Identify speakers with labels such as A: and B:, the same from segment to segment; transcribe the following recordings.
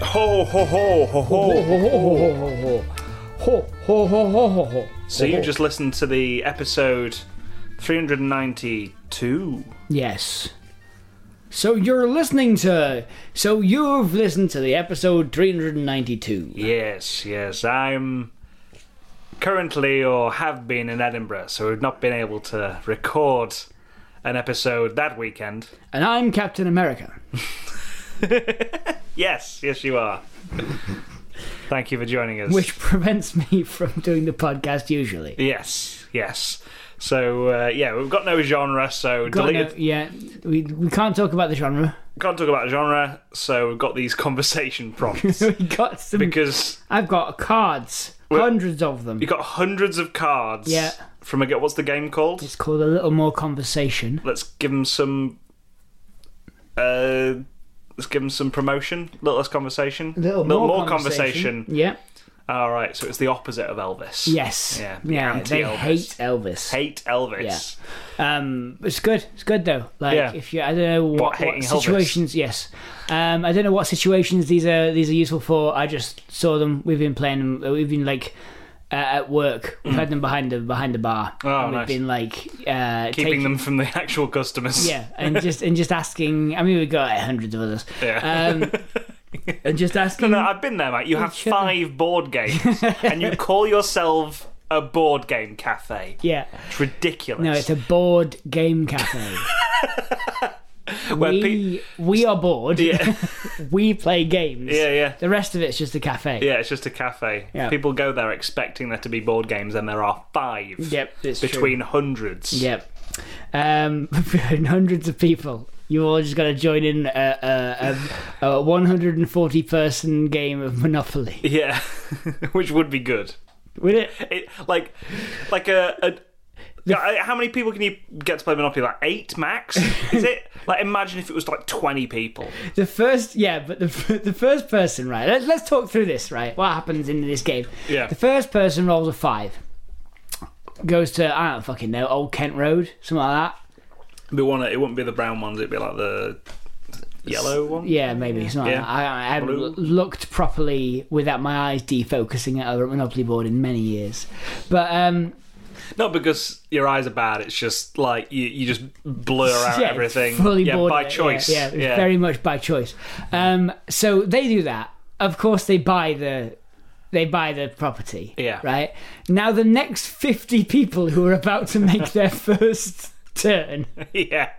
A: Ho ho ho ho
B: Ho,
A: ho.
B: ho, ho, ho, ho, ho, ho. Ho, ho, ho, ho, ho, ho.
A: So
B: Ho,
A: you
B: ho.
A: just listened to the episode 392.
B: Yes. So you're listening to. So you've listened to the episode 392.
A: Yes, yes. I'm currently or have been in Edinburgh, so we've not been able to record an episode that weekend.
B: And I'm Captain America.
A: Yes, yes, you are. Thank you for joining us.
B: Which prevents me from doing the podcast usually.
A: Yes, yes. So uh, yeah, we've got no genre, so
B: Got no-
A: deleted.
B: yeah, we, we can't talk about the genre.
A: Can't talk about genre, so we've got these conversation prompts
B: we got some.
A: because
B: I've got cards, hundreds of them.
A: you got hundreds of cards.
B: Yeah.
A: From a get, what's the game called?
B: It's called a little more conversation.
A: let's give them some. Uh, let's give them some promotion. Little less conversation.
B: Yeah.
A: All right, so it's the opposite of Elvis.
B: Yes.
A: Yeah,
B: Yeah. They
A: anti-Elvis.
B: hate Elvis.
A: Hate Elvis.
B: Um, it's good. It's good though. Like
A: Yeah.
B: if you, I don't know what,
A: hating
B: what
A: Elvis?
B: situations. Yes. Um, I don't know what situations these are. These are useful for. I just saw them. We've been playing them. We've been like. Uh, at work, we've had them behind the behind the bar.
A: Mm. Oh,
B: and we've
A: nice.
B: been like uh,
A: Keeping them from the actual customers.
B: yeah, and just and just asking. I mean, we've got like, hundreds of others.
A: Yeah.
B: Um, and just asking.
A: No, I've been there, mate. You have
B: sure.
A: five board games, and you call yourself a board game cafe.
B: yeah,
A: It's ridiculous.
B: no, it's a board game cafe.
A: Where
B: we
A: pe-
B: we are bored.
A: yeah,
B: we play games.
A: yeah, yeah.
B: The rest of it's just a cafe.
A: Yeah, it's just a cafe.
B: Yeah.
A: People go there expecting there to be board games, and there are five
B: Yep, it's true.
A: between hundreds.
B: Yep. Um, and hundreds of people. You all just got to join in a, a, a, a 140 person game of Monopoly.
A: Yeah, which would be good.
B: Would it?
A: It like like a. a Yeah, how many people can you get to play Monopoly? Like eight max? Is it? Like imagine if it was like twenty people.
B: The first, yeah, but the, f- the first person, right? Let's, let's talk through this, right? What happens in this game?
A: Yeah.
B: The first person rolls a five, goes to, I don't fucking know, Old Kent Road, something like that.
A: Be one. It wouldn't be the brown ones. It'd be like the yellow one.
B: Yeah, maybe it's not.
A: Yeah.
B: I, I haven't
A: Blue.
B: l- looked properly without my eyes defocusing at a Monopoly board in many years. But um,
A: Not because your eyes are bad. It's just like you, you just blur out
B: yeah,
A: everything.
B: fully
A: yeah,
B: bored
A: by
B: of it.
A: choice.
B: Yeah, yeah, it's very much by choice. Um, so they do that. Of course, they buy the they buy the property.
A: Yeah.
B: Right now, the next fifty people who are about to make their first turn.
A: Yeah.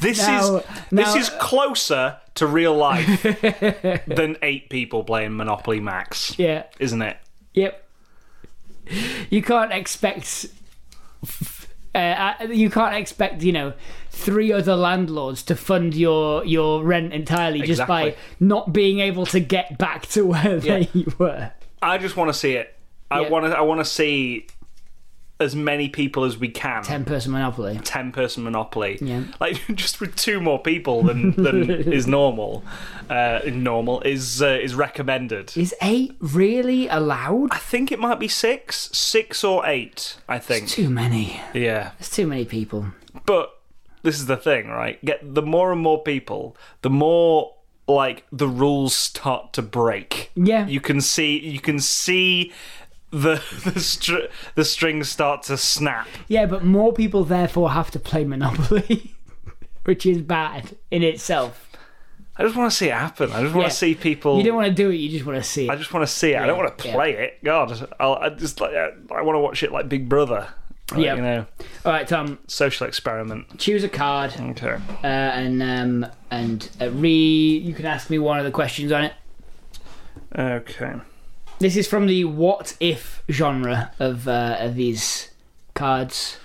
A: This
B: Now-
A: is this
B: now-
A: is closer to real life than eight people playing Monopoly Max,
B: Yeah.
A: isn't it?
B: Yep. You can't expect. Uh, uh, you can't expect you know three other landlords to fund your your rent entirely just by
A: Exactly.
B: not being able to get back to where they were.
A: I just want to see it. I
B: Yeah.
A: want to. I want to see as many people as we can.
B: Ten person monopoly.
A: Ten person Monopoly.
B: Yeah.
A: Like just with two more people than than is normal. Uh, normal is uh, is recommended.
B: Is eight really allowed?
A: I think it might be six, six or eight. I think.
B: Too many.
A: Yeah.
B: It's too many people.
A: But this is the thing, right? Get the more and more people, the more like the rules start to break.
B: Yeah.
A: You can see you can see the the, str- the strings start to snap.
B: Yeah, but more people therefore have to play Monopoly, which is bad in itself.
A: I just want to see it happen. I just want
B: Yeah.
A: to see people
B: You don't want to do it. You just want to see
A: I
B: it.
A: just want to see it. I don't want to
B: yeah.
A: play it. God, I'll, I just like I, I want to watch it like Big Brother. Like,
B: Yeah.
A: You know,
B: All right, Tom.
A: social experiment.
B: Choose a card uh,
A: Okay.
B: and um, and uh, re. You can ask me one of the questions on it.
A: Okay.
B: This is from the what if genre of uh, of these cards.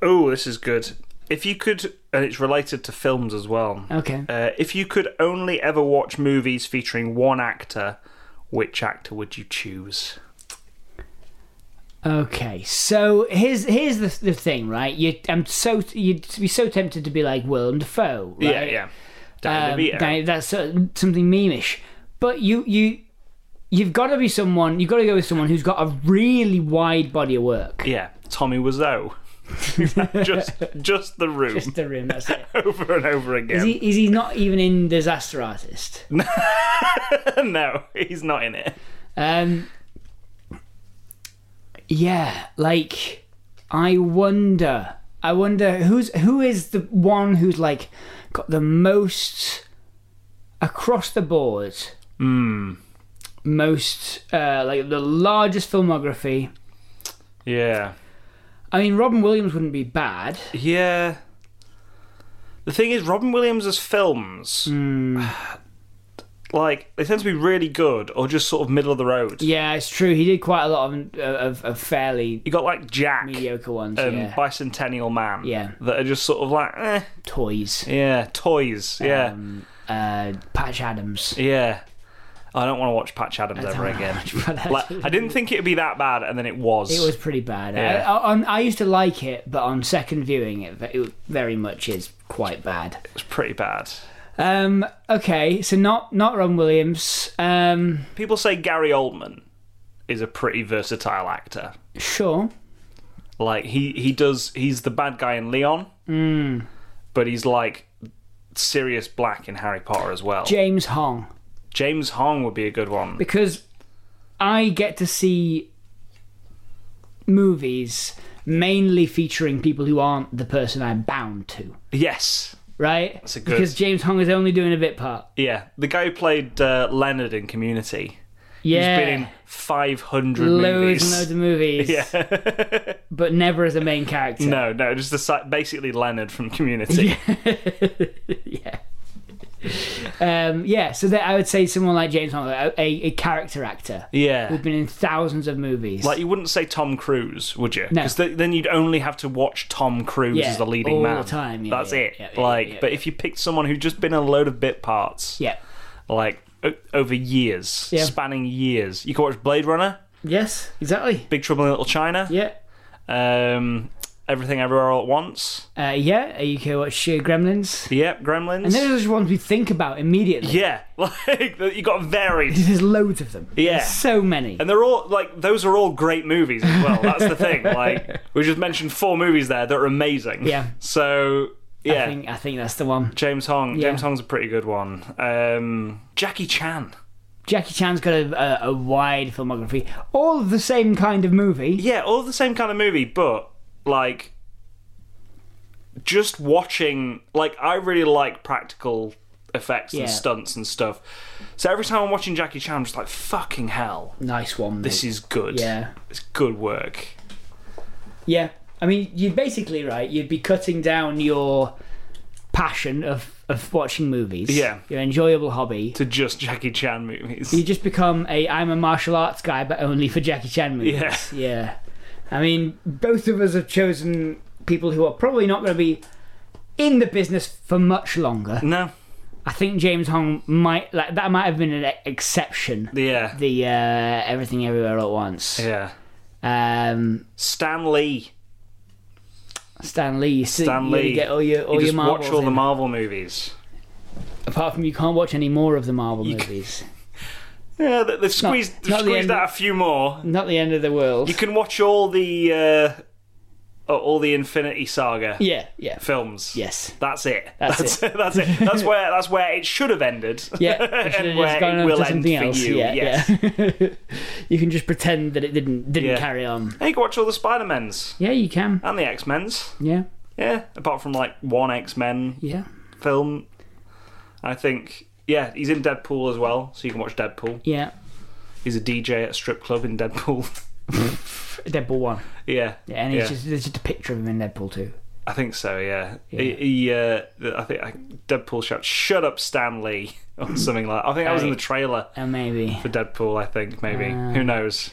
A: Oh, this is good. If you could, and it's related to films as well.
B: Okay.
A: Uh, if you could only ever watch movies featuring one actor, which actor would you choose?
B: Okay, so here's here's the, the thing, right? You, I'm so you'd be so tempted to be like Willem Dafoe, right?
A: Danny
B: Um,
A: DeVito.
B: Danny- that's sort of something memeish, but you you you've got to be someone. You've got to go with someone who's got a really wide body of work.
A: yeah, Tommy Wiseau. just just the room
B: Just the room. That's it.
A: over and over
B: Is
A: again.
B: he? Is he not even in Disaster Artist?
A: no, he's not in it.
B: Um, yeah, like I wonder, I wonder who's who is the one who's like got the most across the board,
A: Hmm.
B: most uh, like the largest filmography.
A: Yeah.
B: I mean, Robin Williams wouldn't be bad.
A: Yeah. The thing is, Robin Williams' films,
B: Hmm.
A: like, they tend to be really good or just sort of middle of the road.
B: Yeah, it's true. He did quite a lot of of, of fairly
A: You got, like, Jack
B: mediocre ones.
A: and
B: yeah,
A: Bicentennial Man.
B: Yeah.
A: That are just sort of like, eh.
B: toys.
A: Yeah, toys. Yeah.
B: Um, uh, Patch Adams.
A: yeah. I don't want to watch Patch Adams ever again. Like, I didn't think it'd be that bad, and then it was.
B: It was pretty bad.
A: Yeah.
B: I, I, on, I used to like it, but on second viewing, it, ve- it very much is quite bad.
A: It was pretty bad.
B: Um, okay, so not not Ron Williams. Um,
A: People say Gary Oldman is a pretty versatile actor.
B: sure.
A: Like he he does he's the bad guy in Leon,
B: Hmm.
A: but he's like serious black in Harry Potter as well.
B: James Hong,
A: James Hong would be a good one.
B: because I get to see movies mainly featuring people who aren't the person I'm bound to,
A: yes,
B: right? That's
A: a good-
B: Because James Hong is only doing a bit part.
A: yeah, the guy who played uh, Leonard in Community.
B: Yeah.
A: He's been in five hundred
B: loads
A: movies.
B: and loads of movies,
A: yeah,
B: but never as a main character.
A: no, no, just the si- basically Leonard from Community.
B: yeah. Um, yeah, so that I would say someone like James Hong, a, a, a character actor,
A: Yeah.
B: who've been in thousands of movies.
A: Like you wouldn't say Tom Cruise, would you?
B: No.
A: Because then you'd only have to watch Tom Cruise
B: Yeah,
A: as the leading
B: all
A: man
B: the time, yeah,
A: That's
B: yeah,
A: it.
B: yeah, yeah,
A: like,
B: yeah,
A: but
B: yeah.
A: if you picked someone who'd just been in a load of bit parts,
B: yeah.
A: like o- over years,
B: Yeah.
A: spanning years, you could watch Blade Runner,
B: Yes, exactly.
A: Big Trouble in Little China,
B: Yeah.
A: um, Everything Everywhere All at Once,
B: Uh, yeah, you can watch uh, Gremlins.
A: yep, Gremlins.
B: And those are the ones we think about immediately.
A: yeah, like you got varied,
B: There's loads of them.
A: Yeah.
B: There's so many.
A: and they're all like those are all great movies as well. That's the thing. Like we just mentioned four movies there that are amazing.
B: Yeah.
A: So yeah,
B: I think I think that's the one.
A: James Hong.
B: Yeah.
A: James Hong's a pretty good one. Um, Jackie Chan.
B: Jackie Chan's got a, a, a wide filmography, all the same kind of movie.
A: Yeah, all the same kind of movie, but like just watching like I really like practical effects
B: Yeah.
A: and stunts and stuff. So every time I'm watching Jackie Chan I'm just like fucking hell.
B: Nice one.
A: This is good.
B: yeah.
A: It's good work.
B: Yeah. I mean, you'd basically, right, you'd be cutting down your passion of, of watching movies.
A: Yeah.
B: Your enjoyable hobby.
A: To just Jackie Chan movies.
B: You just become a I'm a martial arts guy, but only for Jackie Chan movies.
A: Yeah.
B: Yeah. I mean, both of us have chosen people who are probably not going to be in the business for much longer.
A: No.
B: I think James Hong might, like, that might have been an e-, exception.
A: Yeah.
B: The uh, Everything Everywhere All at Once.
A: Yeah.
B: Um,
A: Stan Lee.
B: Stan Lee. You see-
A: Stan
B: you
A: Lee.
B: Get all your, all
A: You
B: your
A: just
B: marbles
A: watch all
B: in.
A: the Marvel movies.
B: Apart from you can't watch any more of the Marvel
A: c-
B: movies.
A: Yeah, they- they've squeezed, they've
B: not the
A: squeezed
B: end-
A: out a few more.
B: Not the end of the world.
A: You can watch all the uh, all the Infinity Saga
B: yeah, yeah.
A: films.
B: Yes.
A: That's it.
B: That's
A: it. that's it. That's where that's where it should have ended.
B: Yeah. it should've
A: and
B: just
A: where
B: gone
A: it
B: on
A: will
B: to
A: end
B: something
A: for
B: else.
A: you.
B: Yeah,
A: yes.
B: yeah. you can just pretend that it didn't didn't
A: Yeah.
B: carry on.
A: And you can watch all the Spider Men's
B: Yeah, you can.
A: and the X Men's.
B: Yeah.
A: Yeah. Apart from like one X Men
B: Yeah.
A: film, I think. Yeah, he's in Deadpool as well, so you can watch Deadpool.
B: Yeah.
A: He's a DJ at a strip club in Deadpool.
B: Deadpool one.
A: yeah.
B: Yeah, and it's
A: Yeah.
B: just there's just a picture of him in Deadpool two.
A: I think so. Yeah,
B: Yeah.
A: He, he, uh, I think I, Deadpool shouts, "Shut up, Stanley," or something like. I think that was in the
B: Right.
A: trailer
B: Uh, maybe.
A: for Deadpool. I think maybe
B: Ah.
A: who knows.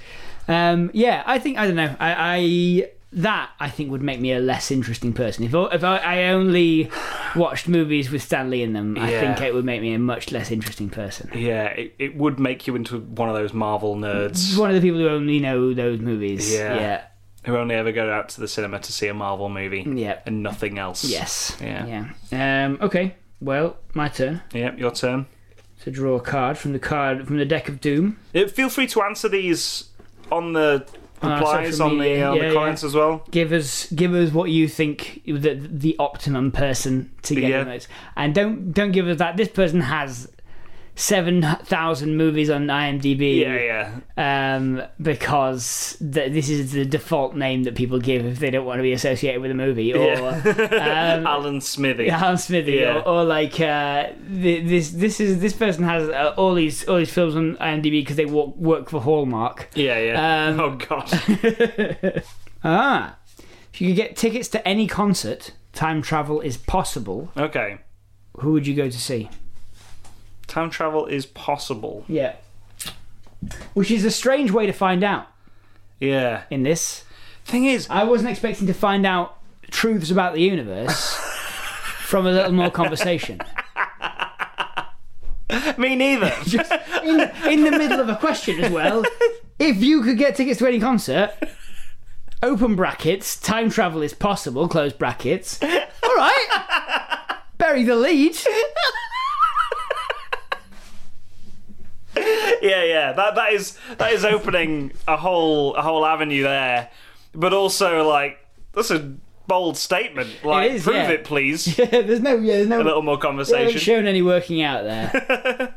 B: Um. Yeah. I think I don't know. I. I that I think would make me a less interesting person. If I, if I, I only watched movies with Stan Lee in them, I
A: Yeah.
B: think it would make me a much less interesting person.
A: Yeah, it, it would make you into one of those Marvel nerds
B: one of the people who only know those movies.
A: Yeah.
B: Yeah.
A: who only ever go out to the cinema to see a Marvel movie
B: Yeah.
A: and nothing else.
B: Yes.
A: Yeah.
B: Yeah. Um, okay. Well, my turn
A: Yep. Your turn.
B: to draw a card from the card from the deck of doom.
A: Uh, Feel free to answer these on the
B: on our
A: replies
B: social
A: on the
B: media.
A: on
B: Yeah,
A: the
B: yeah.
A: comments as well.
B: Give us give us what you think the the optimum person to get
A: Yeah.
B: the most, and don't don't give us that this person has seven thousand movies on IMDb.
A: Yeah, yeah,
B: um, because th- this is the default name that people give if they don't want to be associated with a movie or um,
A: Alan Smithy.
B: Alan Smithy
A: Yeah.
B: or, or like uh, th- this this is this person has uh, all these all these films on IMDb because they work work for Hallmark.
A: Yeah, yeah.
B: Um,
A: oh god.
B: Ah, if you could get tickets to any concert, time travel is possible.
A: Okay.
B: Who would you go to see?
A: Time travel is possible.
B: Yeah, which is a strange way to find out
A: Yeah.
B: in this.
A: Thing is,
B: I wasn't expecting to find out truths about the universe from a little more conversation.
A: me neither.
B: Just in, in the middle of a question as well. If you could get tickets to any concert, open brackets, time travel is possible, close brackets. All right. Bury the lead.
A: yeah, yeah. That that is that is opening a whole a whole avenue there, but also like that's a bold statement. Like,
B: is,
A: prove
B: yeah.
A: it, please.
B: there's no, yeah, there's no.
A: A little more
B: they haven't
A: conversation.
B: shown any working out there.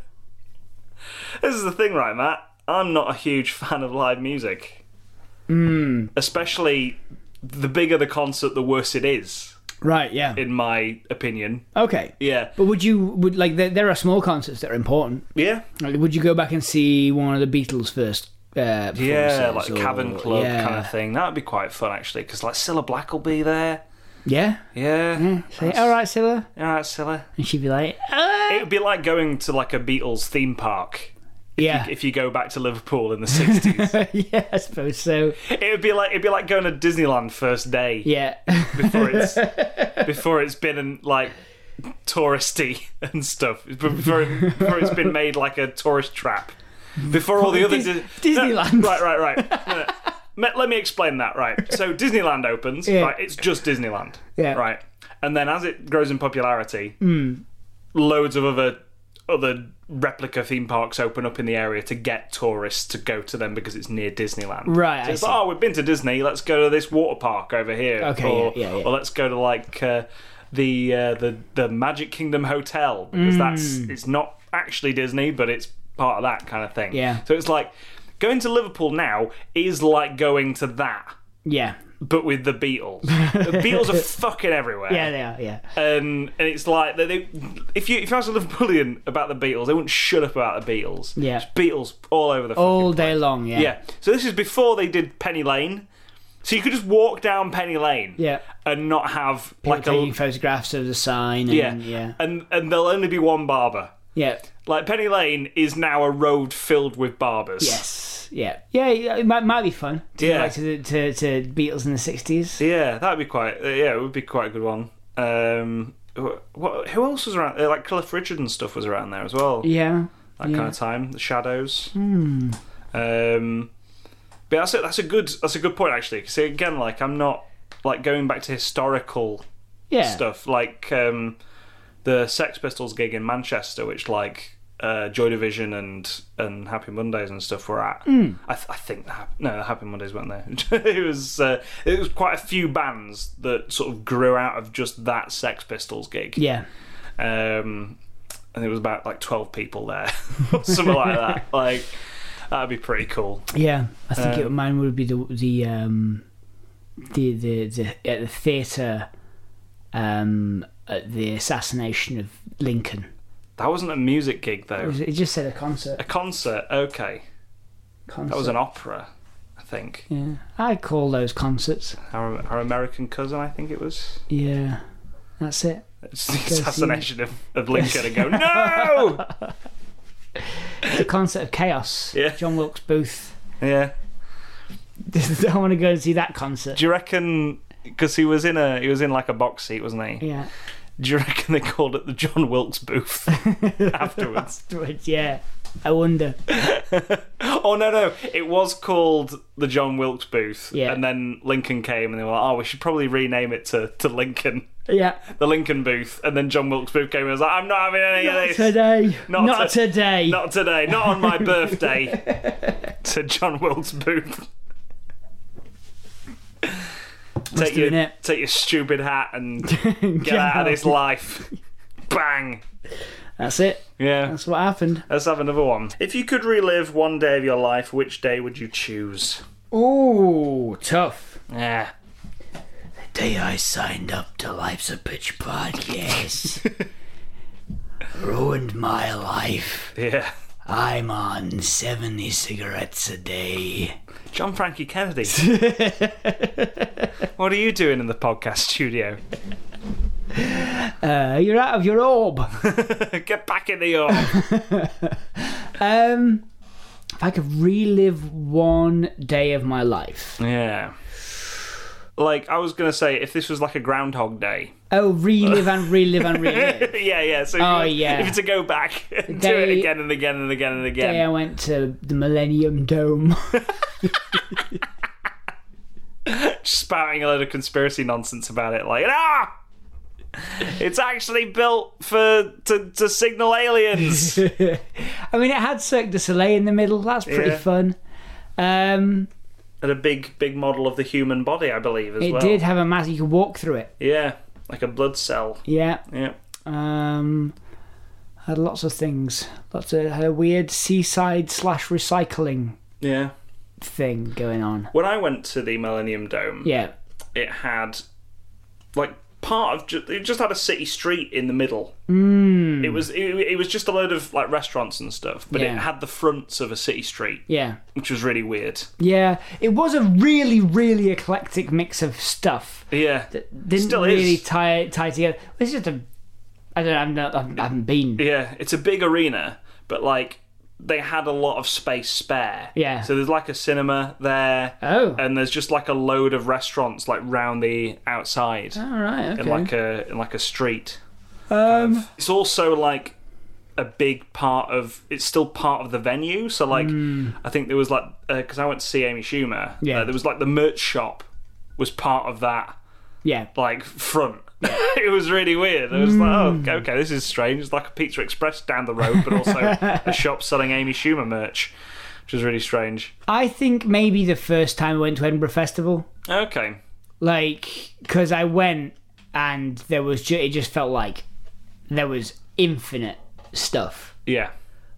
A: This is the thing, right, Matt? I'm not a huge fan of live music.
B: Hmm.
A: Mm. Especially the bigger the concert, the worse it is,
B: right, yeah.
A: in my opinion.
B: Okay.
A: Yeah.
B: But would you would like there, there are small concerts that are important.
A: Yeah.
B: Like, would you go back and see one of the Beatles first? Uh,
A: Yeah, like
B: performances or-
A: Cavern Club
B: yeah.
A: kind of thing. That would be quite fun, actually, because like Scylla Black will be there.
B: Yeah.
A: Yeah.
B: Say, all right, Scylla.
A: All right, Scylla.
B: And she'd be like, "Uh."
A: It would be like going to like a Beatles theme park
B: yeah.
A: if you go back to Liverpool in the 60s.
B: yeah, I suppose so.
A: it would be like it'd be like going to Disneyland first day
B: Yeah.
A: before it's before it's been like touristy and stuff before, before it's been made like a tourist trap before all the other
B: Dis-
A: Dis-
B: Disneyland.
A: No, right right right No, no. Me- let me explain that right so disneyland opens
B: Yeah.
A: right it's just disneyland
B: Yeah. Hmm.
A: right and then as it grows in popularity loads of other other replica theme parks open up in the area to get tourists to go to them because it's near disneyland
B: Right,
A: so
B: I
A: it's
B: see.
A: like, oh we've been to disney let's go to this water park over here
B: Okay,
A: or,
B: yeah, yeah, yeah.
A: or let's go to like uh, the uh, the the Magic Kingdom Hotel because that's
B: Mm.
A: it's not actually Disney, but it's part of that kind of thing.
B: Yeah.
A: So it's like going to Liverpool now is like going to that,
B: yeah.
A: but with the Beatles. the Beatles are fucking everywhere.
B: Yeah, they are. Yeah.
A: Um, and it's like they, they, if you if you ask a Liverpoolian about the Beatles, they wouldn't shut up about the Beatles.
B: Yeah.
A: It's
B: Oh.
A: Beatles all over the
B: All day long. Yeah.
A: yeah. So this is before they did Penny Lane. So you could just walk down Penny Lane.
B: Yeah.
A: And not have
B: Like
A: like
B: taking
A: a
B: photographs of the sign. And,
A: yeah.
B: yeah. Mm, Yeah.
A: And and there'll only be one barber.
B: Yeah.
A: Like Penny Lane is now a road filled with barbers.
B: Yes. Yeah. Yeah. It might, might be fun to go
A: Yeah.
B: back to, the, to to Beatles in the sixties.
A: Yeah, that'd be quite. Uh, yeah, it would be quite a good one. Um, wh- what? Who else was around? Uh, like Cliff Richard and stuff was around there as well.
B: Yeah. Hmm.
A: that
B: yeah.
A: kind of time. The shadows. Um, but that's a, that's a good that's a good point actually. Because again, like I'm not like going back to historical
B: yeah.
A: stuff like um, the Sex Pistols gig in Manchester, which like uh, Joy Division and and Happy Mondays and stuff were at.
B: Hmm.
A: I, th- I think the Hap- no, the Happy Mondays weren't there. it was uh, it was quite a few bands that sort of grew out of just that Sex Pistols gig.
B: Yeah.
A: Um, and it was about like twelve people there, or something like that. Like that'd be pretty cool.
B: Yeah, I think it,
A: Um,
B: mine would be the the um, the the the, at the theater um, at the assassination of Lincoln.
A: That wasn't a music gig
B: It,
A: though.
B: was, it just said a concert.
A: A concert, okay.
B: concert.
A: That was an opera, I think.
B: yeah. I call those concerts.
A: Our, our American cousin, I think it was.
B: Yeah, that's it.
A: It's the assassination of, of Lincoln and go, no!
B: The concert of chaos.
A: Yeah.
B: John Wilkes Booth.
A: yeah.
B: I want to go and see that concert.
A: Do you reckon? Because he was in a he was in like a box seat, wasn't he?
B: Yeah.
A: Do you reckon they called it the John Wilkes Booth afterwards?
B: Afterwards, yeah. I wonder.
A: oh no, no, it was called the John Wilkes Booth,
B: Yeah.
A: and then Lincoln came, and they were like, oh, we should probably rename it to to Lincoln,
B: Yeah.
A: the Lincoln Booth, and then John Wilkes Booth came and was like, I'm not having any
B: Not
A: of this.
B: today.
A: Not
B: Not,
A: to-
B: today.
A: Not today, not on my birthday. to John Wilkes Booth. Take
B: doing
A: your,
B: it.
A: take your stupid hat and get, out of this life. Bang.
B: That's it.
A: Yeah.
B: That's what happened.
A: Let's have another one. If you could relive one day of your life, which day would you choose?
B: Ooh, tough.
A: Yeah.
B: day I signed up to Life's a Bitch podcast ruined my life.
A: Yeah.
B: I'm on 70 cigarettes a day.
A: John Frankie Kennedy. what are you doing in the podcast studio?
B: Uh, you're out of your orb.
A: Get back in the yard.
B: Um, if I could relive one day of my life.
A: yeah. Like, I was going to say, if this was like a Groundhog Day.
B: Oh, relive and relive and relive.
A: yeah, yeah. So if
B: Oh,
A: you-
B: yeah.
A: If it's a go back, and do it
B: Day-
A: again and again and again and again.
B: Day I went to the Millennium Dome.
A: spouting a load of conspiracy nonsense about it, like ah, it's actually built for to, to signal aliens.
B: I mean, it had Cirque du Soleil in the middle. That's pretty
A: Yeah.
B: fun. Um,
A: and a big big model of the human body, I believe, as
B: it
A: well.
B: did have a mass. You could walk through it.
A: Yeah, like a blood cell.
B: Yeah.
A: Yeah.
B: Um, had lots of things. Lots of had a weird seaside slash recycling
A: Yeah.
B: thing going on.
A: When I went to the Millennium Dome,
B: Yeah.
A: it had like part of ju- it just had a city street in the middle. Mm. It was it, it was just a load of like restaurants and stuff, but it
B: Hmm. Yeah.
A: had the fronts of a city street,
B: Yeah.
A: which was really weird.
B: Yeah. It was a really, really eclectic mix of stuff.
A: Yeah.
B: Didn't
A: Still is.
B: really tie tie together. It's just a. I don't know. I've not, I've- I haven't been.
A: Yeah, it's a big arena, but like they had a lot of space spare.
B: Yeah.
A: So there's like a cinema there,
B: Oh.
A: and there's just like a load of restaurants like round the outside
B: All right.
A: in
B: Oh, Okay.
A: like uh, a in like a street.
B: um.
A: It's also like a big part of it's still part of the venue. So like I think there was like because I went to see Amy Schumer.
B: Mm. Yeah.
A: uh, there was like the merch shop was part of that
B: Yeah.
A: like front. it was really weird. I was
B: Mm.
A: like, oh, okay, this is strange. It's like a Pizza Express down the road, but also a shop selling Amy Schumer merch, which is really strange.
B: I think maybe the first time I went to Edinburgh Festival,
A: Okay.
B: like because I went and there was ju- it just felt like there was infinite stuff.
A: Yeah.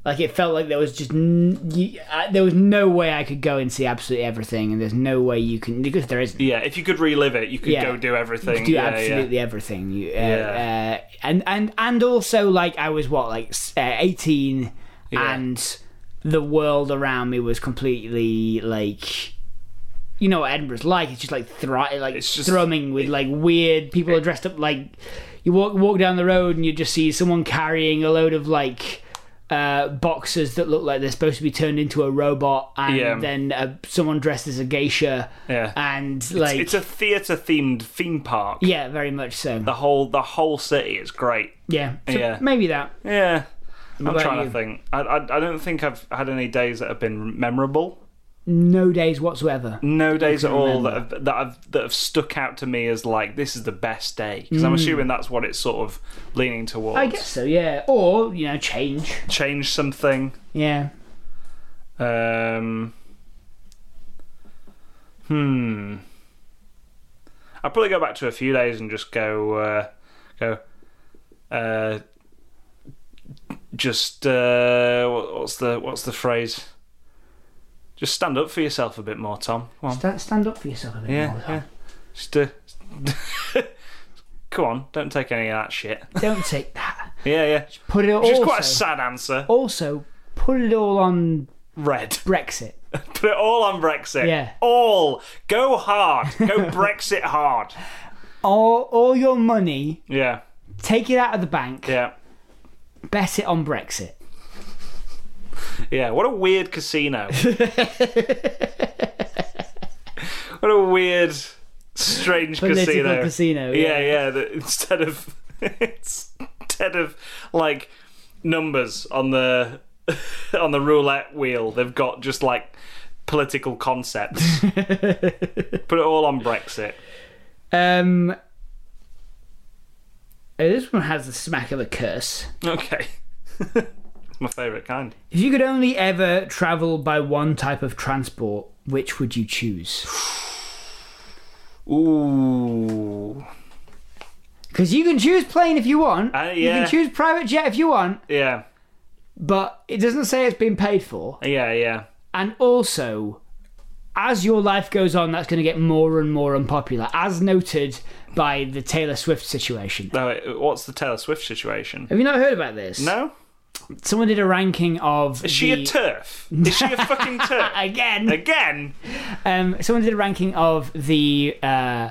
B: Like it felt like there was just n- you, uh, there was no way I could go and see absolutely everything, and there's no way you can because there isn't.
A: Yeah. If you could relive it, you could
B: Yeah.
A: go do everything.
B: do
A: yeah,
B: absolutely everything. You, uh,
A: Yeah.
B: uh, and and and also like I was what like s- uh, eighteen,
A: Yeah.
B: and the world around me was completely like. You know what Edinburgh's like? It's just like thri- like
A: It's just-
B: thrumming with like weird people are dressed up like. You walk walk down the road and you just see someone carrying a load of like uh, boxes that look like they're supposed to be turned into a robot, and
A: Yeah.
B: then uh, someone dressed as a geisha,
A: Yeah.
B: and like
A: It's a theatre themed theme park.
B: yeah, very much so.
A: The whole the whole city is great.
B: Yeah. So
A: Yeah.
B: Maybe that.
A: Yeah. I'm
B: about
A: trying
B: you?
A: to think. I, I I don't think I've had any days that have been memorable.
B: No days whatsoever.
A: no days at all that
B: remember.
A: have, that have that have stuck out to me as like this is the best day because I'm assuming that's what it's sort of leaning towards.
B: Hmm. I guess so, yeah. Or, you know, change.
A: change something.
B: Yeah.
A: Um, hmm. I'll probably go back to a few days and just go uh, go. Uh, just uh, what- what's the what's the phrase? Just stand up for yourself a bit more, Tom. Come on.
B: Stand, stand up for yourself a bit
A: Yeah,
B: more. though.
A: yeah. Just uh, come on, don't take any of that shit.
B: Don't take that.
A: Yeah, yeah. Which
B: Put it all.
A: is
B: Also,
A: quite a sad answer.
B: also, put it all on
A: Red.
B: Brexit.
A: Put it all on Brexit.
B: Yeah.
A: All. Go hard. Go Brexit hard.
B: All, all your money,
A: Yeah.
B: take it out of the bank,
A: Yeah.
B: bet it on Brexit.
A: Yeah. What a weird casino. what a weird, strange
B: Political
A: casino.
B: casino,
A: Yeah,
B: yeah.
A: yeah. that instead of instead of like numbers on the on the roulette wheel, they've got just like political concepts. Put it all on Brexit.
B: Um. oh, This one has the smack of a curse.
A: Okay. My favourite kind.
B: If you could only ever travel by one type of transport, which would you choose?
A: Ooh.
B: Because you can choose plane if you want.
A: Uh,
B: You
A: yeah.
B: can choose private jet if you want,
A: Yeah.
B: but it doesn't say it's been paid for.
A: Yeah, yeah.
B: And also, as your life goes on, that's going to get more and more unpopular, as noted by the Taylor Swift situation.
A: No, wait, what's the Taylor Swift situation?
B: Have you not heard about this?
A: No?
B: Someone did a ranking of.
A: Is she
B: the-
A: a turf? Is she a fucking turf?
B: Again.
A: Again?
B: Um, someone did a ranking of the uh,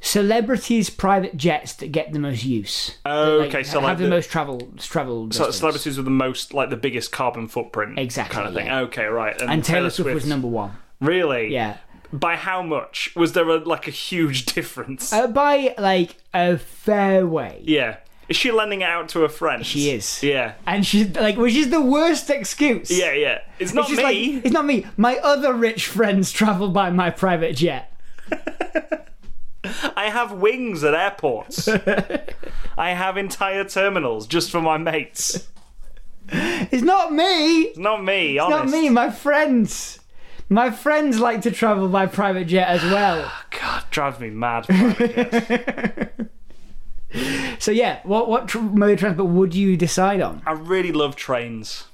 B: celebrities' private jets that get the most use.
A: Okay,
B: Like,
A: so
B: have
A: like
B: the,
A: the,
B: most travel travel.
A: so
B: distance.
A: celebrities with the most, like the biggest carbon footprint,
B: Exactly,
A: kind of thing.
B: yeah.
A: Okay, right.
B: and Taylor Swift was
A: Swift's-
B: number one.
A: Really?
B: Yeah,
A: By how much? Was there a, like a huge difference?
B: uh, by like a fair way.
A: yeah. Is she lending it out to a friend?
B: She is.
A: Yeah.
B: And she's like, which is the worst excuse.
A: Yeah, yeah. It's not
B: She's
A: me.
B: like, it's not me. My other rich friends travel by my private jet.
A: I have wings at airports. I have entire terminals just for my mates.
B: It's not me.
A: It's not me,
B: Not
A: honest.
B: me. My friends. My friends like to travel by private jet as well.
A: God, drives me mad. I
B: So yeah, what what tr- mode of transport would you decide on?
A: really love trains.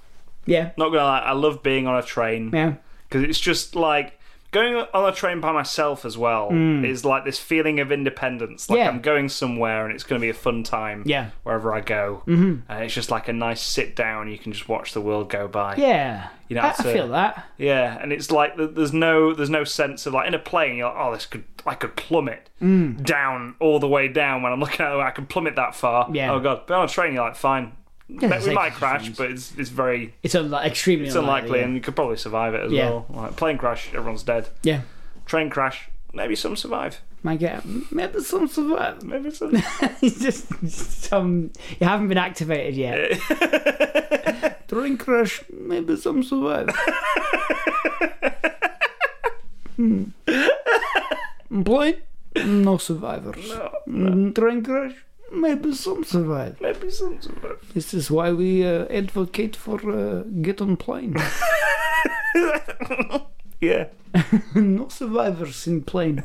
B: Yeah,
A: Not gonna lie, I love being on a train because
B: yeah,
A: it's just like going on a train by myself as well is like this feeling of independence. Like
B: Mm. Yeah.
A: I'm going somewhere and it's gonna be a fun time.
B: Yeah.
A: wherever I go, mm-hmm. and it's just like a nice sit down. You can just watch the world go by.
B: yeah.
A: You know,
B: I, I
A: it's a-
B: feel that.
A: Yeah, and it's like th- there's no there's no sense of like in a plane you're like oh this could I could plummet
B: Mm.
A: down all the way down when I'm looking at it, I can plummet that far.
B: Yeah.
A: Oh god, but on a train you're like fine.
B: there's
A: we might
B: exercise
A: crash, but it's it's very
B: It's unli- extremely
A: it's unlikely,
B: unlikely.
A: and you could probably survive it as
B: Yeah.
A: well. Like plane crash, everyone's dead.
B: yeah. yeah,
A: Train crash, maybe some survive.
B: might get maybe some survive.
A: Maybe some.
B: It's just some you haven't been activated yet. During crash, maybe some survive. Hmm. Plane, no survivors.
A: oh,
B: Mm, Train crash, maybe some survive.
A: maybe some survive.
B: This is why we uh, advocate for uh, get on plane.
A: Yeah.
B: no survivors in plane.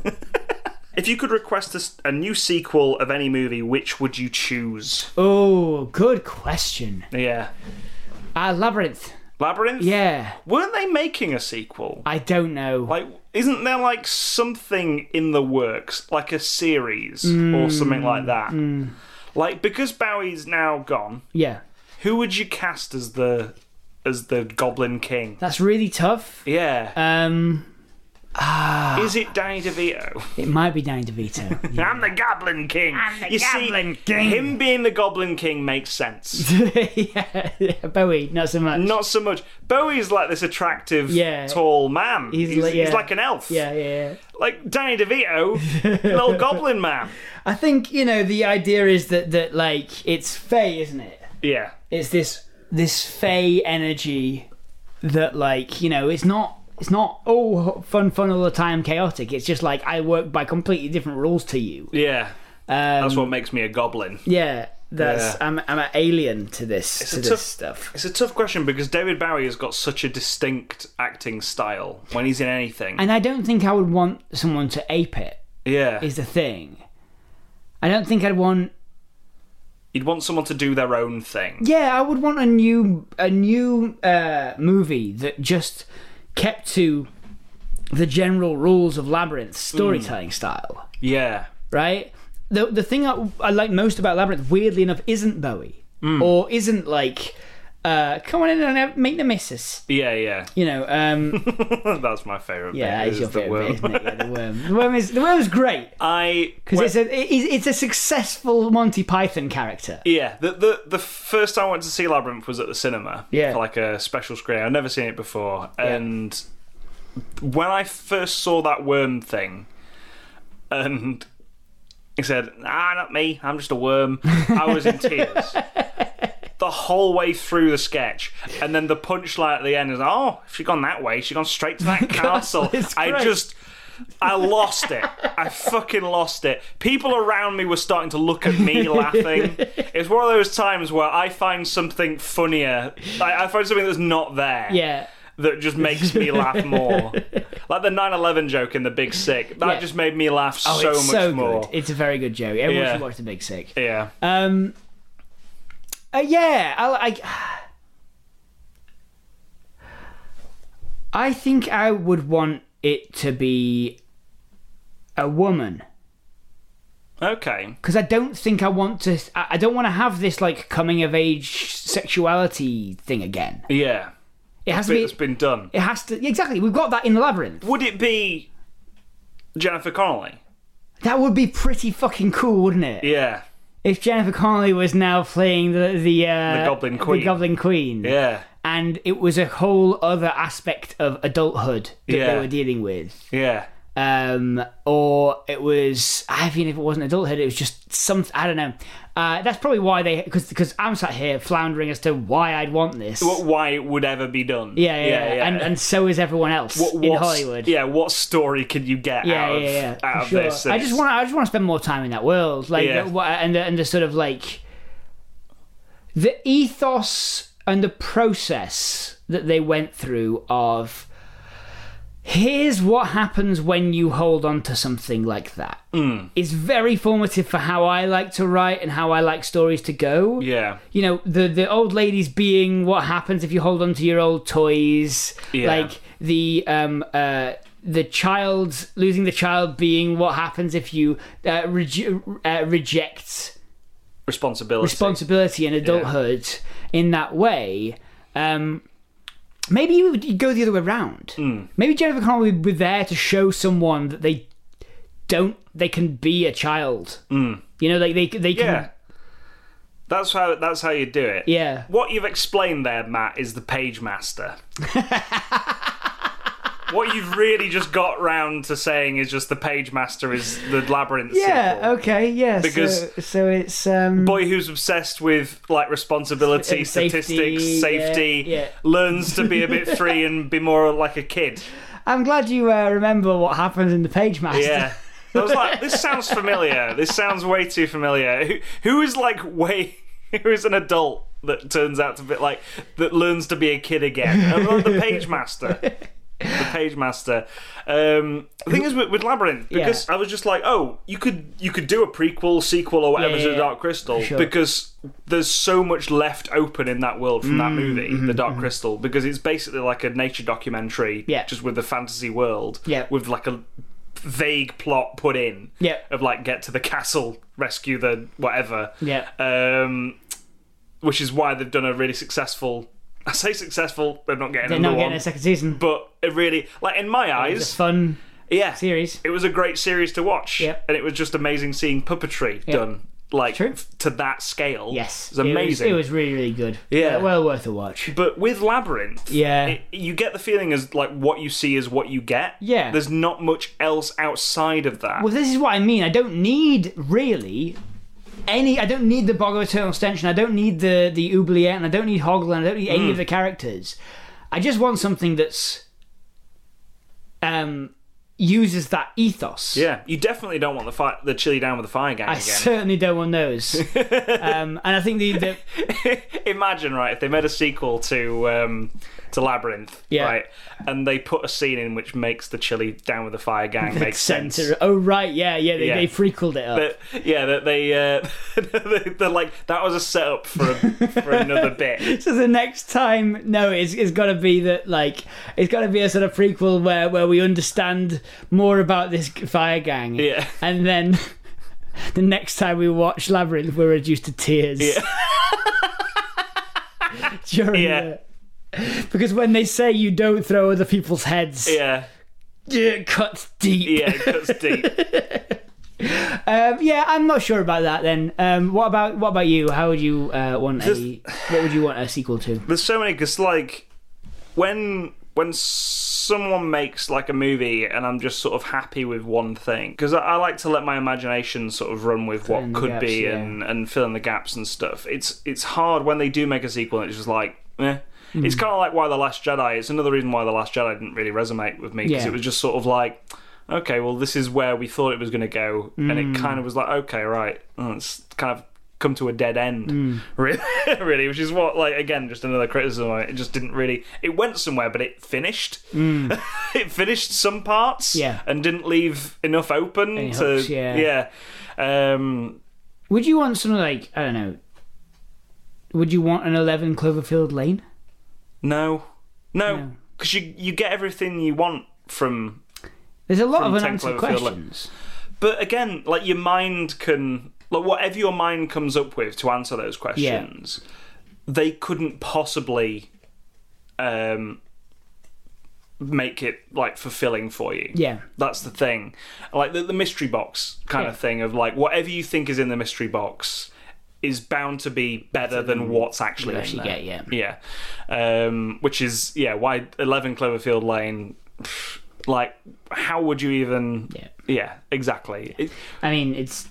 A: If you could request a, s- a new sequel of any movie, which would you choose?
B: oh, good question.
A: Yeah.
B: Uh, Labyrinth.
A: Labyrinth.
B: Yeah,
A: Weren't they making a sequel?
B: I don't know.
A: Like, isn't there like something in the works, like a series
B: Hmm.
A: or something like that? Like, because Bowie's now gone,
B: yeah,
A: who would you cast as the as the Goblin King?
B: that's really tough.
A: Yeah,
B: Um,
A: Ah. is it Danny DeVito?
B: it might be Danny DeVito. Yeah.
A: I'm the Goblin King. I'm the you Goblin King. Him being the Goblin King makes sense.
B: yeah, yeah, Bowie, not so much.
A: Not so much. Bowie's like this attractive,
B: Yeah.
A: tall man. He's,
B: like- yeah.
A: he's like an elf.
B: Yeah, yeah, yeah.
A: Like Danny DeVito, little Goblin man.
B: I think you know the idea is that that like it's Faye, isn't it?
A: Yeah.
B: it's this this fey energy that like you know it's not it's not oh fun fun all the time chaotic it's just like i work by completely different rules to you
A: Yeah.
B: um,
A: That's what makes me a goblin.
B: yeah that's
A: Yeah.
B: i'm i'm an alien to this to
A: a
B: this
A: tough-
B: stuff
A: It's a tough question because David Bowie has got such a distinct acting style when he's in anything.
B: and i don't think i would want someone to ape it
A: yeah.
B: is the thing i don't think i'd want
A: You'd want someone to do their own thing.
B: yeah i would want a new a new uh movie that just kept to the general rules of labyrinth storytelling
A: Hmm.
B: style
A: Yeah.
B: right? The the thing I, I like most about Labyrinth, weirdly enough, isn't Bowie
A: Hmm.
B: or isn't like, uh, come on in and have- make the missus.
A: Yeah, yeah.
B: You know, um,
A: That's my favourite
B: yeah,
A: bit.
B: it's
A: is
B: your
A: the world.
B: favorite, bit, isn't it? Yeah, the worm. The worm is the worm is great
A: I.
B: because
A: when-
B: it's a it, it's a successful Monty Python character.
A: yeah, the, the the first time I went to see Labyrinth was at the cinema.
B: Yeah.
A: For like a special screen. I'd never seen it before. And when I first saw that worm thing, and he said, "Ah, not me. I'm just a worm." I was in tears the whole way through the sketch, and then the punchline at the end is, "Oh, she's gone that way. She's gone straight to that castle."
B: it's
A: I
B: great.
A: just. I lost it. I fucking lost it. People around me were starting to look at me laughing. It's one of those times where I find something funnier. I, I find something that's not there.
B: Yeah.
A: that just makes me laugh more. Like the 9/11 joke in The Big Sick. That
B: Yeah.
A: just made me laugh
B: Oh,
A: so
B: it's
A: much
B: so
A: more.
B: good. It's a very good joke. Everyone
A: Yeah.
B: should watch The Big Sick.
A: Yeah.
B: Um, uh, yeah, I, I, I think I would want it to be a woman
A: Okay.
B: because I don't think I want to. I I don't want to have this like coming of age sexuality thing again.
A: Yeah.
B: It has to
A: Bit
B: be.
A: that's been done.
B: It has to. yeah, Exactly, we've got that in the labyrinth.
A: Would it be Jennifer Connelly?
B: That would be pretty fucking cool, wouldn't it?
A: Yeah.
B: If Jennifer Connelly was now playing the the, uh,
A: The Goblin Queen.
B: the Goblin Queen,
A: Yeah.
B: and it was a whole other aspect of adulthood that
A: Yeah.
B: they were dealing with.
A: Yeah.
B: Um, or it was, I mean, if it wasn't adulthood, it was just some. I don't know. Uh, that's probably why they, because because I'm sat here floundering as to why I'd want this.
A: But why it would ever be done?
B: yeah, yeah, yeah, And, and so is everyone else
A: What-
B: in
A: what's-
B: Hollywood.
A: Yeah, what story can you get
B: yeah,
A: out of,
B: yeah, yeah,
A: out
B: for
A: of
B: sure.
A: this?
B: I just want, I just want to spend more time in that world, like,
A: Yeah.
B: the- wha- and the, and the sort of like the ethos and the process that they went through of here's what happens when you hold on to something like that.
A: Mm.
B: It's very formative for how I like to write and how I like stories to go
A: Yeah.
B: you know the the old ladies being what happens if you hold on to your old toys
A: Yeah.
B: like the um uh the child losing the child being what happens if you uh, reju- uh, reject
A: Responsibility.
B: responsibility and adulthood in that way um maybe you would go the other way around
A: Hmm.
B: maybe jennifer connelly would be there to show someone that they don't they can be a child you know like they they can
A: Hmm. yeah. That's how that's how you do it.
B: yeah
A: What you've explained there, Matt, is the page master. what you've really just got round to saying is just the page master is the labyrinth. sequel.
B: Yeah. Okay. Yeah.
A: Because-
B: so, so it's um.
A: boy who's obsessed with like responsibility,
B: And safety,
A: statistics,
B: yeah,
A: safety,
B: yeah.
A: learns to be a bit free and be more like a kid.
B: I'm glad you uh, remember what happens in the page master.
A: Yeah. I was like, this sounds familiar. This sounds way too familiar. Who, who is like way, who is an adult that turns out to be like, that learns to be a kid again? I'm like, the page master. The page master. Um, the thing is with, with Labyrinth, because I was just like, oh, you could you could do a prequel, sequel, or whatever to
B: Yeah, yeah,
A: the
B: yeah.
A: Dark Crystal
B: Sure.
A: because there's so much left open in that world from
B: Mm,
A: that movie,
B: mm-hmm,
A: The Dark Crystal, because it's basically like a nature documentary,
B: Yeah.
A: just with the fantasy world,
B: Yeah.
A: with like a vague plot put in
B: Yeah.
A: of like get to the castle, rescue the whatever.
B: Yeah.
A: Um, which is why they've done a really successful. I say successful, they're not getting
B: They're
A: another
B: not getting
A: one,
B: a second season.
A: but it really like in my
B: it's a
A: eyes,
B: fun
A: yeah,
B: series.
A: it was a great series to watch,
B: Yep.
A: and it was just amazing seeing puppetry done like
B: True.
A: f- to that scale.
B: Yes.
A: it was amazing.
B: It was, really, really good.
A: Yeah.
B: well worth a watch.
A: But with Labyrinth,
B: Yeah.
A: it, you get the feeling as like what you see is what you get.
B: Yeah.
A: there's not much else outside of that.
B: well, this is what I mean. I don't need really any. I don't need the Bog of Eternal Stench, and I don't need the the Oubliette, and I don't need Hoglan. I don't need
A: Hmm.
B: any of the characters. I just want something that's um uses that ethos.
A: yeah, you definitely don't want the fi the chili down with the fire gang
B: I
A: again.
B: certainly don't want those. um, and I think the, the
A: Imagine right if they made a sequel to um, to Labyrinth,
B: Yeah.
A: right, and they put a scene in which makes the chili down with the fire gang make sense.
B: center. Oh right, yeah, yeah. They,
A: Yeah.
B: they prequeled it up.
A: But, yeah, that they uh, they're like that was a setup for a, for another bit.
B: so the next time, no, it's, it's got to be that like it's got to be a sort of prequel where where we understand more about this fire gang.
A: Yeah.
B: and then. The next time we watch Labyrinth, we're reduced to tears.
A: Yeah.
B: During
A: Yeah.
B: the- because when they say you don't throw other people's heads,
A: Yeah,
B: it cuts deep.
A: yeah, it cuts deep.
B: Um, yeah, I'm not sure about that. Then, um, what about what about you? How would you uh, want a what would you want a sequel to?
A: There's so many because like when when someone makes like a movie and I'm just sort of happy with one thing because I, I like to let my imagination sort of run with what
B: in the
A: could
B: gaps,
A: be
B: yeah.
A: and and fill in the gaps and stuff. It's it's hard when they do make a sequel. and It's just like. Eh.
B: Hmm.
A: It's kind of like why the Last Jedi. It's another reason why the Last Jedi didn't really resonate with me because
B: Yeah.
A: it was just sort of like,
B: Hmm.
A: okay, well, this is where we thought it was going to go, and it kind of was like, okay, right, well, it's kind of come to a dead end,
B: Hmm.
A: really, really, which is what, like, again, just another criticism. of It It just didn't really. It went somewhere, but it finished. it finished some parts,
B: Hmm. Yeah.
A: and didn't leave enough open
B: Any
A: to,
B: hooks, yeah.
A: yeah. Um,
B: Would you want something like I don't know? Would you want an eleven Cloverfield Lane?
A: no, no, because you you get everything you want from
B: There's a lot
A: From
B: of
A: 10
B: unanswered
A: Cloverfield
B: questions.
A: But again, like your mind can, like whatever your mind comes up with to answer those questions, they couldn't possibly um, make it like fulfilling for you.
B: Yeah.
A: that's the thing. Like the, the mystery box kind
B: Yeah.
A: of thing of like whatever you think is in the mystery box is bound to be better than what's actually
B: you
A: in
B: actually
A: there.
B: get, yeah.
A: Yeah. Um, which is, yeah, why 11 Cloverfield Lane, pff, like, how would you even.
B: Yeah.
A: exactly. It-
B: I mean, it's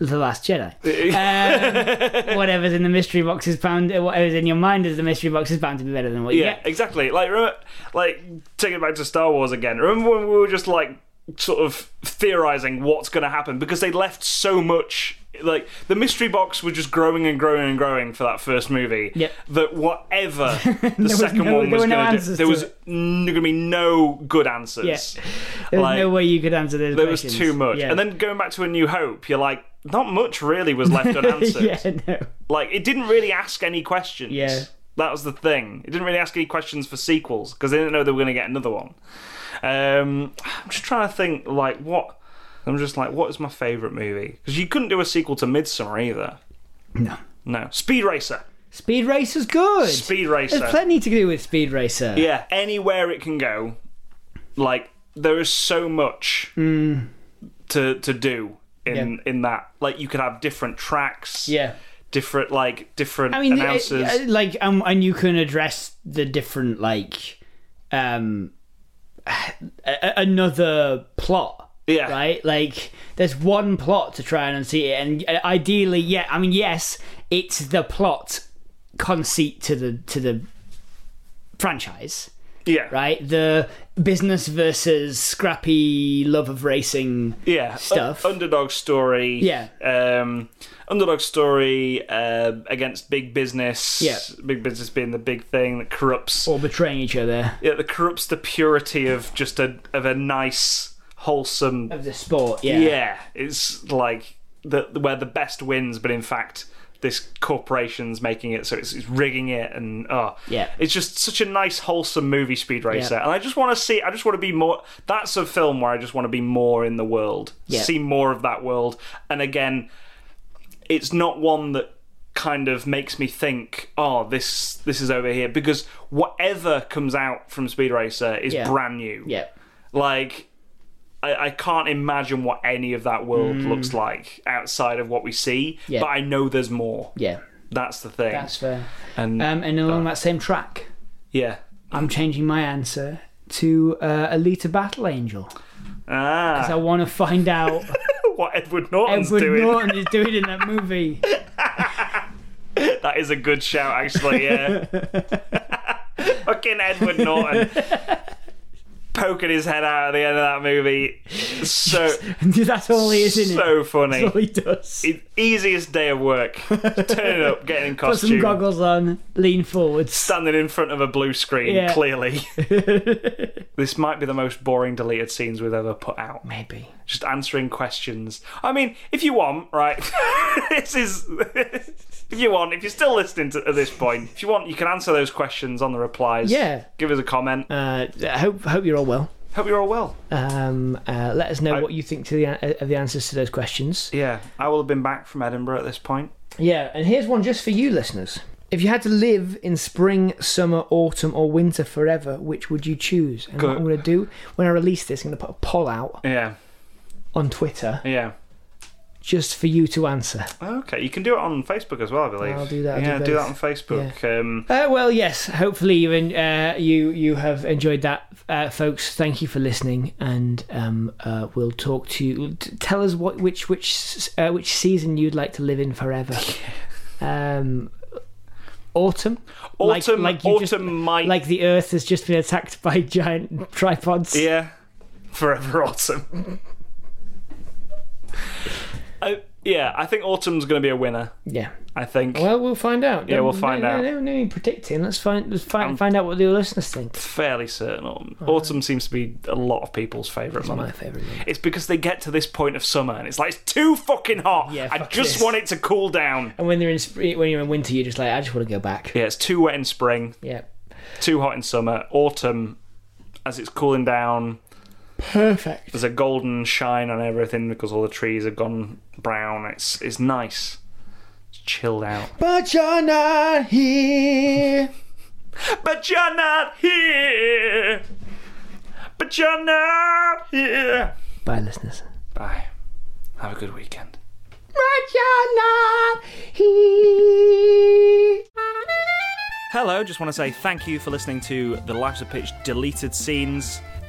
B: the Last Jedi. um, whatever's in the mystery box is bound. Whatever's in your mind is the mystery box is bound to be better than what you
A: yeah,
B: get.
A: exactly. Like, remember, like, take it back to Star Wars again. Remember when we were just, like, sort of theorizing what's going to happen because they left so much. Like, the mystery box was just growing and growing and growing for that first movie.
B: Yep.
A: That whatever the
B: was
A: second
B: no-
A: one
B: there
A: was
B: were no
A: going to do,
B: answers
A: there
B: to
A: was
B: it.
A: n- going to be no good answers.
B: Yeah. There's
A: Like-
B: no way you could answer those.
A: there was
B: questions.
A: too much.
B: Yeah.
A: And then going back to A New Hope, you're like, not much really was left unanswered.
B: yeah, no.
A: Like, it didn't really ask any questions.
B: Yeah.
A: That was the thing. It didn't really ask any questions for sequels because they didn't know they were going to get another one. Um, I'm just trying to think, like, what. I'm just like, what is my favourite movie? Because you couldn't do a sequel to Midsummer either.
B: No.
A: No. Speed Racer.
B: Speed Racer's good.
A: Speed
B: There's
A: Racer.
B: plenty to do with Speed Racer.
A: Yeah. Anywhere it can go, like, there is so much to to do. In, in that like you could have different tracks
B: Yeah.
A: different like different
B: I mean, it-
A: announcers.
B: uh, like, um, and you can address the different, like, um, a- a- another plot.
A: Yeah.
B: Right. Like, there's one plot to try and unseat it, and uh, ideally, yeah. I mean, yes, it's the plot conceit to the to the franchise,
A: yeah,
B: right? The business versus scrappy love of racing.
A: Yeah, U-
B: stuff.
A: underdog story.
B: Yeah.
A: um, underdog story uh, against big business.
B: Yeah.
A: big business being the big thing that corrupts.
B: Or betraying each other
A: Yeah, that corrupts the purity of just a of a nice, wholesome.
B: of the sport, yeah.
A: Yeah, it's like the where the best wins, but in fact. This corporation's making it, so it's, it's rigging it, and oh,
B: Yeah.
A: it's just such a nice, wholesome movie, Speed Racer. And I just want to see, I just want to be more. That's a film where I just want to be more in the world,
B: Yeah.
A: see more of that world. And again, it's not one that kind of makes me think, oh, this this is over here, because whatever comes out from Speed Racer is
B: Yeah.
A: brand new.
B: Yeah.
A: Like, I, I can't imagine what any of that world looks like outside of what we see.
B: Hmm. Yeah.
A: But I know there's more.
B: Yeah.
A: That's the thing.
B: That's fair.
A: and
B: Um, and along that same track,
A: yeah.
B: I'm changing my answer to uh, Alita Battle Angel.
A: Ah.
B: I want to find out
A: what Edward Norton's
B: Edward
A: doing.
B: Norton is doing in that movie.
A: That is a good shout, actually. Yeah. Fucking Edward Norton poking his head out at the end of that movie. So
B: That's all he is in it.
A: so funny.
B: That's all he does.
A: E- Easiest day of work. Turning up, getting in
B: Put some
A: costume,
B: goggles on, lean forwards.
A: standing in front of a blue screen.
B: Yeah.
A: Clearly, this might be the most boring deleted scenes we've ever put out.
B: Maybe.
A: Just answering questions. I mean, if you want, right? this is. If you want, if you're still listening to, at this point, if you want, you can answer those questions on the replies.
B: Yeah.
A: Give us a comment.
C: Uh, I hope hope you're all well.
A: Hope you're all well.
C: Um, uh, let us know what you think to the an- of the answers to those questions.
A: Yeah, I will have been back from Edinburgh at this point.
C: Yeah, and here's one just for you, listeners. If you had to live in spring, summer, autumn, or winter forever, which would you choose? And
A: Good.
C: what I'm going to do when I release this, I'm going to put a poll out
A: Yeah,
C: on Twitter
A: yeah.
C: just for you to answer.
A: Okay, you can do it on Facebook as well, I believe.
C: I'll do that, I'll do
A: yeah,
C: both.
A: that on Facebook. Um,
C: Uh, well, yes. Hopefully, you en- uh, you you have enjoyed that, uh, folks. Thank you for listening, and um, uh, we'll talk to you. t- Tell us what which which s- uh, which season you'd like to live in forever. um, autumn. Like-
A: autumn,
C: like you
A: autumn
C: just-
A: might.
C: Like the Earth has just been attacked by giant tripods.
A: yeah, forever autumn. I, yeah, I think autumn's going to be a winner.
C: Yeah.
A: I think
C: Well, we'll find out.
A: Yeah,
C: Don't-
A: we'll find
C: no,
A: out.
C: No, no, no need predicting. Let's find let's find, find out what the listeners think.
A: fairly certain autumn. Autumn seems to be a lot of people's favourite month.
C: My favorite.
A: It's because they get to this point of summer and it's like it's too fucking hot.
C: Yeah,
A: I
C: fuck
A: just
C: this."
A: want it to cool down.
C: And when they're in spring, when you're in winter, you're just like, I just want to go back.
A: Yeah, it's too wet in spring,
C: Yeah.
A: too hot in summer. Autumn, as it's cooling down,
C: Perfect.
A: there's a golden shine on everything because all the trees have gone brown. It's it's nice. It's chilled out.
C: But you're not here.
A: But you're not here. But you're not here.
C: Bye, listeners.
A: Bye. Have a good weekend.
C: But you're not here.
A: Hello, just want to say thank you for listening to the Lives of Pitch deleted scenes.